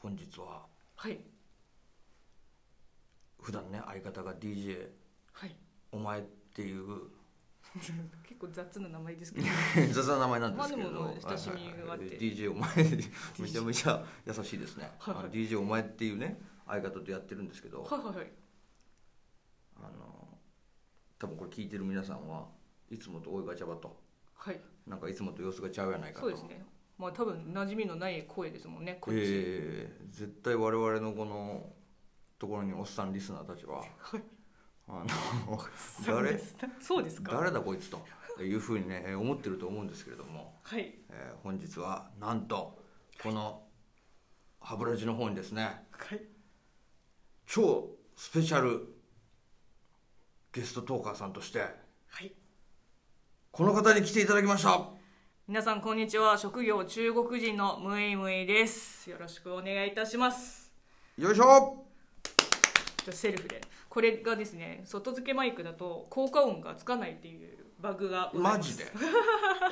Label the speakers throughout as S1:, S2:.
S1: 本日は
S2: はい
S1: 普段ね相方が DJ
S2: はい
S1: お前って いう
S2: 結構雑な名前 ですけど
S1: 雑な名前なんですけれど、
S2: まあでも親しみがあって
S1: はいはいはい DJ お前めちゃめちゃ優しいですね、
S2: はいはい
S1: あの DJ お前っていうね相方とやってるんですけど、
S2: はいはいはい
S1: あの多分これ聞いてる皆さんはいつもと大いがちゃばと
S2: はい
S1: なんかいつもと様子がちゃうやないかと
S2: そうですねまあ多分馴染みのない声ですもんねこっち、
S1: えー絶対我々のこのところにおっさんリスナーたちは
S2: はい
S1: あの
S2: そうで
S1: 誰
S2: すそうですか
S1: 誰だこいつというふうにねえー思ってると思うんですけれども、
S2: はい
S1: えー本日はなんとこの歯ブラシの方にですね
S2: はい
S1: 超スペシャルゲストトーカーさんとして
S2: はい
S1: この方に来ていただきました
S2: 皆さんこんにちは職業中国人のムイムイですよろしくお願いいたします
S1: よいしょ
S2: じゃあセルフでこれがですね外付けマイクだと効果音がつかないっていうバグがござい
S1: マ
S2: ます
S1: ジで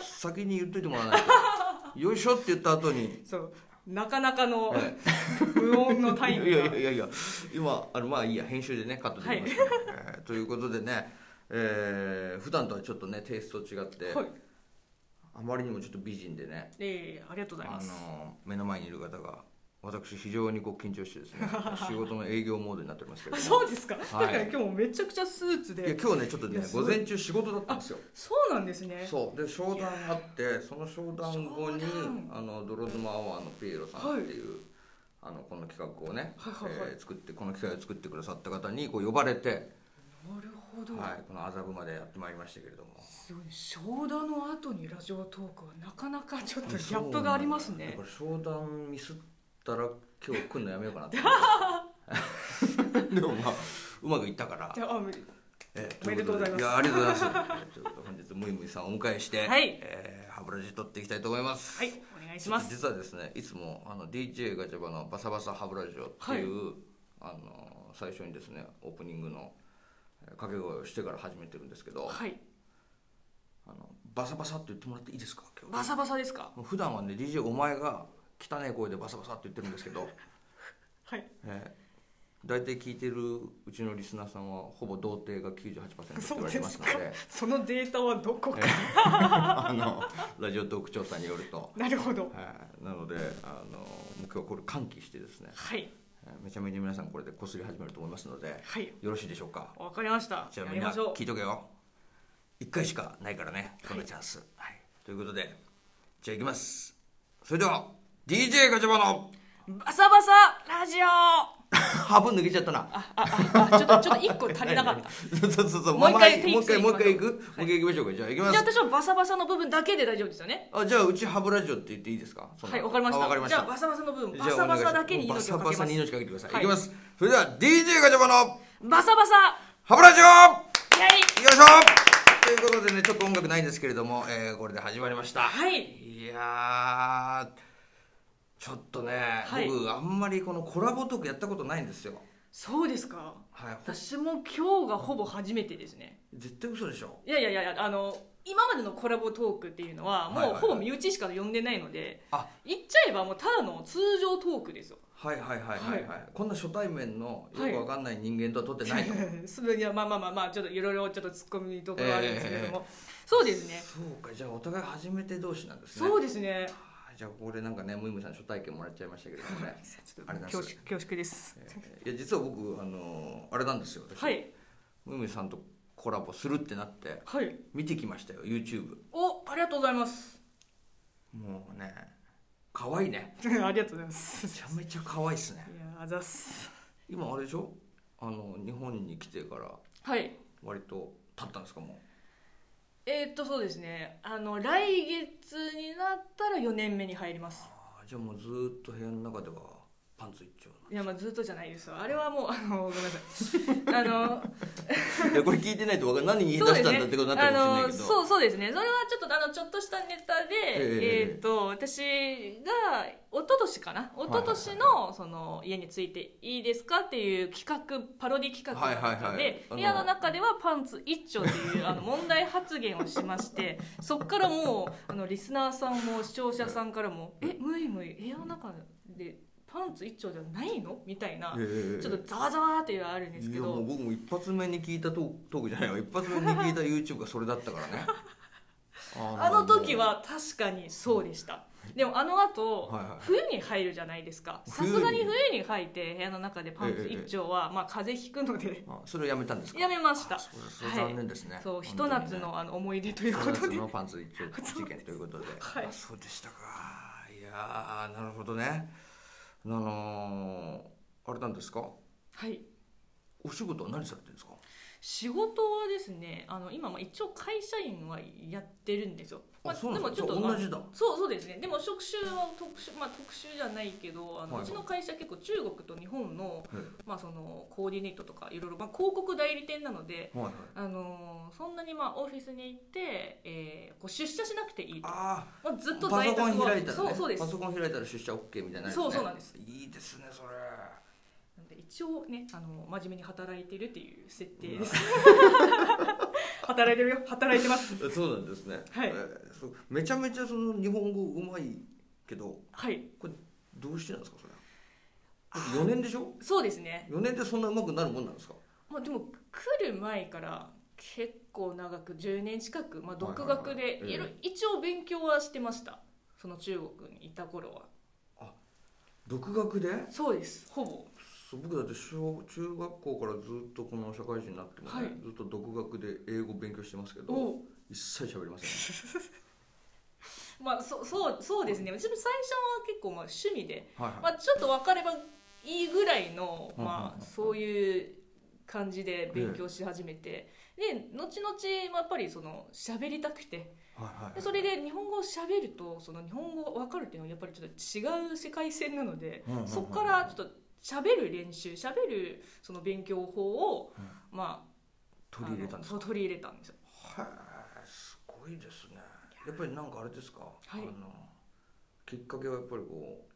S1: 先に言っといてもらわないとよいしょって言った後に
S2: そうなかなかの 無音のタイム
S1: い
S2: が
S1: やいやいやいや今あのまあいいや編集でねカットできますから、えーということでね、えー普段とはちょっとねテイスト違って、
S2: はい
S1: あまりにもちょっと美人でね
S2: ええありがとうござい
S1: あ
S2: ます
S1: の目の前にいる方が私非常にこう緊張してです ね仕事の営業モードになっておりますけれ
S2: あ
S1: ども
S2: そうですか、
S1: はい
S2: だから今日もめちゃくちゃスーツ
S1: いや
S2: で
S1: 今日ねちょっと
S2: い
S1: ね
S2: やす
S1: 午
S2: ごい
S1: 前中仕事だったんですよ
S2: そうなんですね
S1: そうで商談あってその商談後に
S2: 商談
S1: あの泥妻アワーのピエロさんっていう、あのこの企画をね、
S2: はいはいはい
S1: えー作ってこの企画を作ってくださった方にこう呼ばれて、
S2: なるほど、
S1: はい、この麻布までやってまいりましたけれども
S2: すごい商談の後にラジオトークはなかなかちょっとギャップがあります
S1: だ
S2: ね
S1: から商談ミスったら今日来るのやめようかなって でもまあうまくいったから
S2: じゃああめ
S1: え
S2: おめでとうございます
S1: やありがとうございますえということで本日ムイムイさんをお迎えして、
S2: はい
S1: えー歯ブラシ取っていきたいと思います
S2: はいお願いします
S1: 実はですねいつもあの DJ ガチャバの「バサバサ歯ブラシオ」っていう、あの最初にですねオープニングのえー掛け声をしてから始めてるんですけど、
S2: はい
S1: あのバサバサって言ってもらっていいですか今日
S2: バサバサですか
S1: もう普段はね DJ お前が汚い声でバサバサって言ってるんですけ ど、
S2: はい
S1: えー、大体聞いてるうちのリスナーさんはほぼ童貞が98%って言われてますので
S2: そうそのデータはどこか、
S1: あのラジオトーク調査によると、
S2: なるほど
S1: はいなのであのもう今日はこれ歓喜してですね、
S2: はい
S1: えーめちゃめちゃ皆さんこれでこすり始めると思いますので
S2: はい
S1: よろしいでしょうか
S2: わかりました
S1: じゃ
S2: や
S1: あみ
S2: り
S1: んな
S2: ましょう
S1: 聞いとけよ1回しかないからねこのチャンス、はいということでじゃあいきますそれでは DJ ガチャバの
S2: バサバサ ラジオあ
S1: ハブ抜けちゃったな。
S2: ああちょっとちょっと一個足りなかった
S1: そうそうそう。
S2: もう一回
S1: まあまあもう一回、もう一回
S2: テイ
S1: 行く、もう一回行きましょうか。じゃあ行きま
S2: じゃあ
S1: す。
S2: 私はバサバサの部分だけで大丈夫ですよね
S1: あ、じゃあうちハブラジオって言っていいですかその
S2: はい、わかりました。
S1: あわかりました。
S2: じゃあ、バサバサの部分、
S1: じ
S2: バ
S1: ゃあ
S2: サバサだけに
S1: お願い
S2: 命
S1: します
S2: をか
S1: バサバ
S2: け
S1: サ
S2: ま
S1: に
S2: す。
S1: 命かけてください。
S2: はい
S1: い、きます。それでは DJ ガチャバの
S2: バサバサ、
S1: ハブラジオ
S2: イェイ
S1: よいしょということでね、ちょっと音楽ないんですけれども、えー、これで始まりました。
S2: はい。
S1: いやー、ちょっとね、
S2: はい
S1: 僕、あんまりこのコラボトークやったことないんですよ。
S2: そうですか。
S1: はい。
S2: 私も今日がほぼ初めてですね。
S1: 絶対嘘でしょ。
S2: いやいやいや、あの、今までのコラボトークっていうの
S1: は
S2: は、
S1: い
S2: もう
S1: はい
S2: ほぼ身内しか呼んでないので、
S1: あ、
S2: 言っちゃえばもうただの通常トーク ですよ。
S1: はいはいはいはい、はい
S2: は
S1: こんな初対面のよくわかんない人間とは撮って ないよ、
S2: それいやまあまあまあまあ、ちょっといろいろちょっと突っ込みどころあるんですけれども。そうですね。
S1: そうかじゃあお互い初めて同士なんですね
S2: そうですね。
S1: あーじゃあこれなんかねムイムイさん初体験もらっちゃいましたけれどもね
S2: ちょっ
S1: あ
S2: と
S1: りがとうござい
S2: 恐縮恐縮です。
S1: えーいや実は僕あのーあれなんですよ私、
S2: はい。
S1: ムイムイさんとコラボするってなって
S2: はい。
S1: 見てきましたよ YouTube
S2: お、ありがとうございます。
S1: もうね可愛いね
S2: ありがとうございます。
S1: めちゃめちゃ可愛いっすね
S2: いやあざっす
S1: 今あれでしょあの日本に来てから
S2: はい
S1: 割と経ったんですかも
S2: えーっとそうですねあの来月になったら4年目に入りま
S1: う
S2: す
S1: あーじゃあもうずーっと部屋の中ではパンツ一丁
S2: いやまあずっとじゃないですわあれはもうあのごめんなさいあの
S1: いやこれ聞いてないと分かんない何言い出
S2: そうで
S1: し
S2: す
S1: た
S2: ね
S1: んだってことになって
S2: あ
S1: るかもしれない
S2: の
S1: けど
S2: そうそうですねそれはちょっとあのちょっとしたネタで
S1: ええ
S2: えーっと私が一昨年かな一昨年のその家についていいですかっていう企画パロディ企画の中
S1: はいはいはい
S2: で
S1: あの
S2: 部屋の中ではパンツ一丁とい うあの問題発言をしましてそこからもうあのリスナーさんも視聴者さんからも「えむいむい部屋の中でパンツ一丁じゃないのみたいな、
S1: ええ
S2: ちょっとざわざわっていうのはあるんですけ
S1: いやもう
S2: ど
S1: 僕も一発目に聞いたトークトークじゃないわ一発目に聞いた YouTube がそれだったから ねあ
S2: あの時は確かにそうでしたでもあの後、
S1: はいはい
S2: 冬に入るじゃないですかさ
S1: 冬に
S2: すがに冬に入って部屋の中でパンツ
S1: ええええ
S2: 一丁は、まあ、風邪ひくので
S1: あそれをやめたんですか
S2: やめました
S1: あそうですそれ残念ですね、
S2: そう
S1: 本
S2: ひと
S1: 当にね
S2: 夏のあの思い出というこ
S1: ドーナ
S2: と
S1: ツ
S2: で
S1: のパンツ一丁事件ということで、
S2: はい
S1: あそうでしたかいやーなるほどねあのーあれなんですか
S2: はい
S1: お仕事は何されてるんですか
S2: 仕事はですねあの今まあ一応会社員はやってるんですよ、まあ、
S1: そうなんですか
S2: まあ
S1: 同じだ
S2: そうそうですねでも職種は特殊,、まあ、特殊じゃないけどあの、
S1: はいう
S2: ちの会社結構中国と日本の,、
S1: え
S2: まあそのコーディネートとかいろいろ、まあ、広告代理店なので、
S1: はいはい
S2: あのーそんなにまあオフィスに行って、えーこう出社しなくていいと、
S1: あ
S2: まあ、ずっ
S1: あ
S2: と
S1: パソ
S2: 在宅
S1: コ
S2: は
S1: ン開いたらね
S2: そうそうです
S1: パソコン開いたら出社 OK みたいなやつね
S2: そうそうなんです
S1: いいですねそれ
S2: なんで一応ねあの真面目に働いてるっていう設定です 働いてるよ働いてます
S1: えそうなんですね、
S2: はい
S1: えーそうめちゃめちゃその日本語うまいけど
S2: はい
S1: どうしてなんですかそれだって4年でしょ
S2: そうですね
S1: 4年でそんなうまくなるもんなんですか
S2: まあ、でも来る前から結構長く10年近く、まあ、独学
S1: はいはい
S2: で
S1: はい
S2: いろ
S1: え
S2: 一応勉強はしてましたその中国にいた頃は
S1: 独学で
S2: そうですほぼ
S1: そう僕だって小中学校からずっとこの社会人になっても、ね
S2: はい
S1: ずっと独学で英語勉強してますけど
S2: お
S1: 一切喋りません、
S2: まあそそうそうですねうちも最初は結構まあ趣味で、
S1: はいはい
S2: まあ、ちょっと分かればいいぐらいの、
S1: うんうん
S2: ま
S1: うん
S2: あ、そういう感じで勉強し始めてで後々まあやっぱりその喋りたくて
S1: はいはい
S2: でそれで日本語を喋るとその日本語が分かるっていうのはやっぱりちょっと違う世界線なので
S1: うんうんうん
S2: そこからちょっと喋る練習喋るその勉強法をまあ
S1: 取り入れたんです
S2: あのそう取り入れたんですよ
S1: はいすごいですねやっぱりなんかあれですか、あ
S2: い
S1: のきっかけはやっぱりこう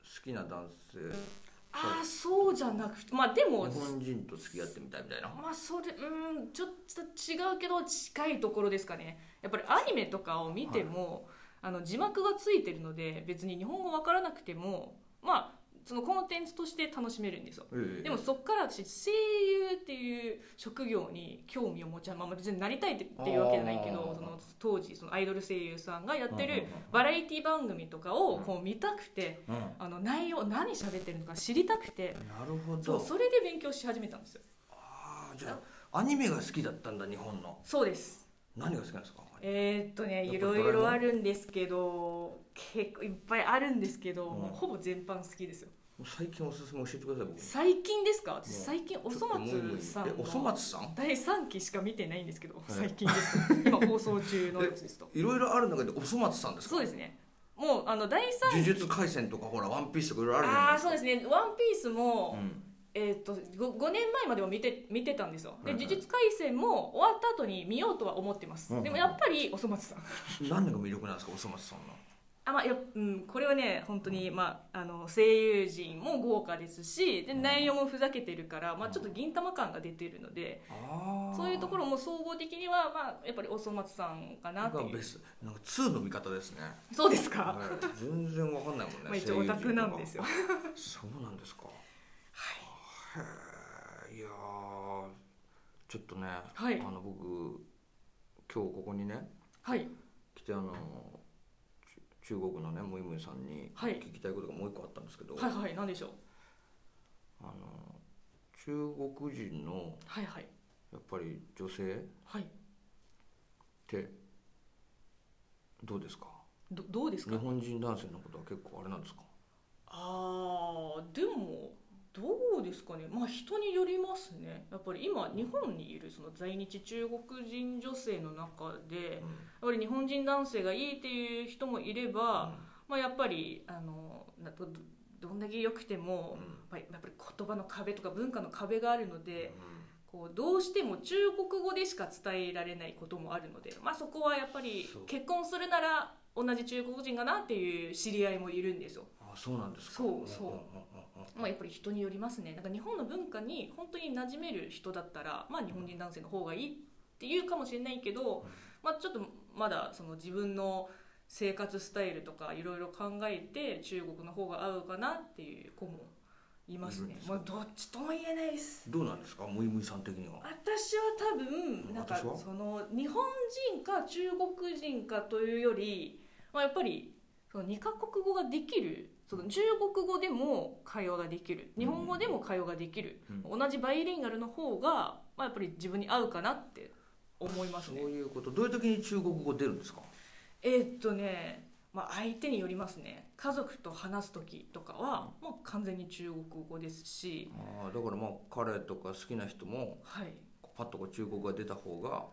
S1: 好きな男性
S2: ああそうじゃなくてまあでも
S1: 日本人と付き合ってみたいみたいな
S2: まあそれうんちょっと違うけど近いところですかねやっぱりアニメとかを見ても、あの字幕がついてるので別に日本語分からなくてもまあそのコンテンツとして楽しめるんですよ
S1: ええ
S2: でもそこから私声優っていう職業に興味を持ちまあ、まあ別になりたいっていうわけじゃないけ
S1: あー
S2: どその当時そのアイドル声優さんがやって
S1: うんうん
S2: る
S1: うん
S2: バラエティ番組とかをこう見たくて
S1: うん
S2: あの内容何喋ってるのか知りたくて
S1: なるほ
S2: そ
S1: ど
S2: うそれで勉強し始めたんですよ
S1: ああじゃあアニメが好きだったんだ日本の
S2: そうです
S1: 何が好きなんですか
S2: えーっとね
S1: や
S2: い
S1: っぱド
S2: ろ
S1: ラえもん
S2: いろあるんですけど結構いっぱいあるんですけど、
S1: うん
S2: もうほぼ全般好きですよ
S1: 最近おすすめ教えてください僕
S2: 最近ですか
S1: う
S2: 私最近おそ松さん
S1: え
S2: の
S1: おそ松さん
S2: 第3期しか見てないんですけど最 近です今放送中のやつですと
S1: いろいろある中でおそ松さんですか
S2: そうですねもうあの第3
S1: 呪術廻戦とかほらワンピースとかいろいろあるじゃない
S2: ああ
S1: です
S2: ーそうですね「ワンピースも、
S1: か
S2: えー、と 5, 年前までは見て見てたんですよ
S1: は
S2: で
S1: いはい
S2: 呪術廻戦も終わった後に見ようとは思ってます、
S1: うんうん
S2: でもやっぱりおそ松さん
S1: うん何が魅力なんですかおそ松さんの
S2: あ、まあやっうん、これはね本当に、まあ、あの声優陣も豪華ですしで
S1: うん
S2: 内容もふざけてるから、まあ、ちょっと銀玉感が出てるので、
S1: あー
S2: そういうところも総合的には、まあ、やっぱりおそ松さんかなって
S1: が
S2: い
S1: ベ
S2: う
S1: スなんか2の見方ですね、
S2: そうですか、
S1: はい全然わかんないもんね
S2: まあ、一応オタクなんです
S1: よ
S2: よ
S1: そうなんですかはいいやーちょっとね、
S2: はい
S1: あの僕今日ここにね
S2: はい
S1: 来てあのち中国のねムイムイさんに
S2: はい
S1: 聞きたいことがもう一個あったんですけど、
S2: はいはい何でしょう
S1: あの中国人の
S2: はいはい
S1: やっぱり女性っ
S2: はい
S1: てどうですか
S2: どどうです
S1: 日
S2: か
S1: 本人男性のことは結構あれなんですか
S2: あーでもどうですかねまあ人によりますねやっぱり今日本にいるその在日中国人女性の中でやっ
S1: うん
S2: ぱり日本人男性がいいっていう人もいれば、まあ、やっぱりあのなどどどんだけ良くても、
S1: うん
S2: やっぱりやっぱり言葉の壁とか文化の壁があるの
S1: うん
S2: で、こうどうしても中国語でしか伝えられないこともあるので、まあ、そこはやっぱり
S1: そう
S2: 結婚するなら同じ中国人かなっていう知り合いもいるんですよ、
S1: あそうなんですか
S2: そうそうん
S1: んん
S2: まあ、やっぱり人によりますねなんか日本の文化に本当に馴染める人だったら、まあ、日本人男性の方がいいっていうかもしれないけど、まあ、ちょっとまだその自分の生活スタイルとかいろいろ考えて中国の方が合うかなっていう子もいます
S1: いるん
S2: ね
S1: です
S2: ま
S1: か
S2: あどっちとも言えないです
S1: どうなんですかムイムイさん的には
S2: 私は多分なんか
S1: 私は
S2: その日本人か中国人かというより、まあ、やっぱりその2カ国語ができるその中国語でも会話ができる日本語でも会話ができる、同じバイリンガルの方が、まあ、やっぱり自分に合うかなって思います
S1: そう
S2: ね
S1: いうことどういう時に中国語出るんですか
S2: えーっとね、まあ、相手によりますね家族と話す時とかはもう完全に中国語ですし、
S1: あーだからまあ彼とか好きな人も
S2: はい、
S1: パッとこう中国語が出た方が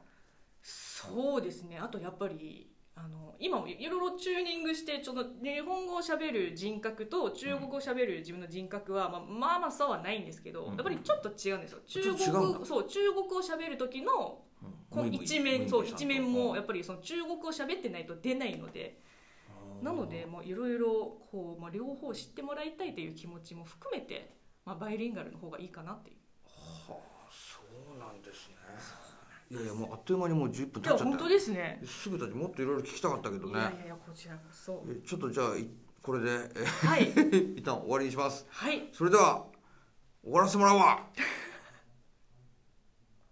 S2: そうですねあとやっぱりあの今もいろいろチューニングしてちょっと日本語をしゃべる人格と中国語をしゃべる自分の人格は、まあ、まあまあ差はないんですけど、
S1: うん
S2: やっぱりちょっと違うんですよ中
S1: ょっと違うんだ
S2: 国そう中国語をしゃべる時のこう
S1: ムイムイ
S2: 一
S1: ムイム
S2: 面
S1: イ
S2: そう
S1: さんと
S2: 一面もやっぱりその中国語を喋ってないと出ないのでなのでもういろいろこう、まあ、両方知ってもらいたいという気持ちも含めて、まあ、バイリンガルの方がいいかなっていう
S1: はあそうなんですねいやいやもうあっという間にもう10分
S2: い
S1: 経
S2: や
S1: っちゃっ
S2: 本
S1: た
S2: 当
S1: よ
S2: ですね
S1: すぐたちもっといろいろ聞きたかったけど
S2: い
S1: ね
S2: やいやいやこちらこそ
S1: えちょっとじゃあいこれで
S2: はい
S1: え一旦終わりにします
S2: はい
S1: それでは終わらせてもらうわ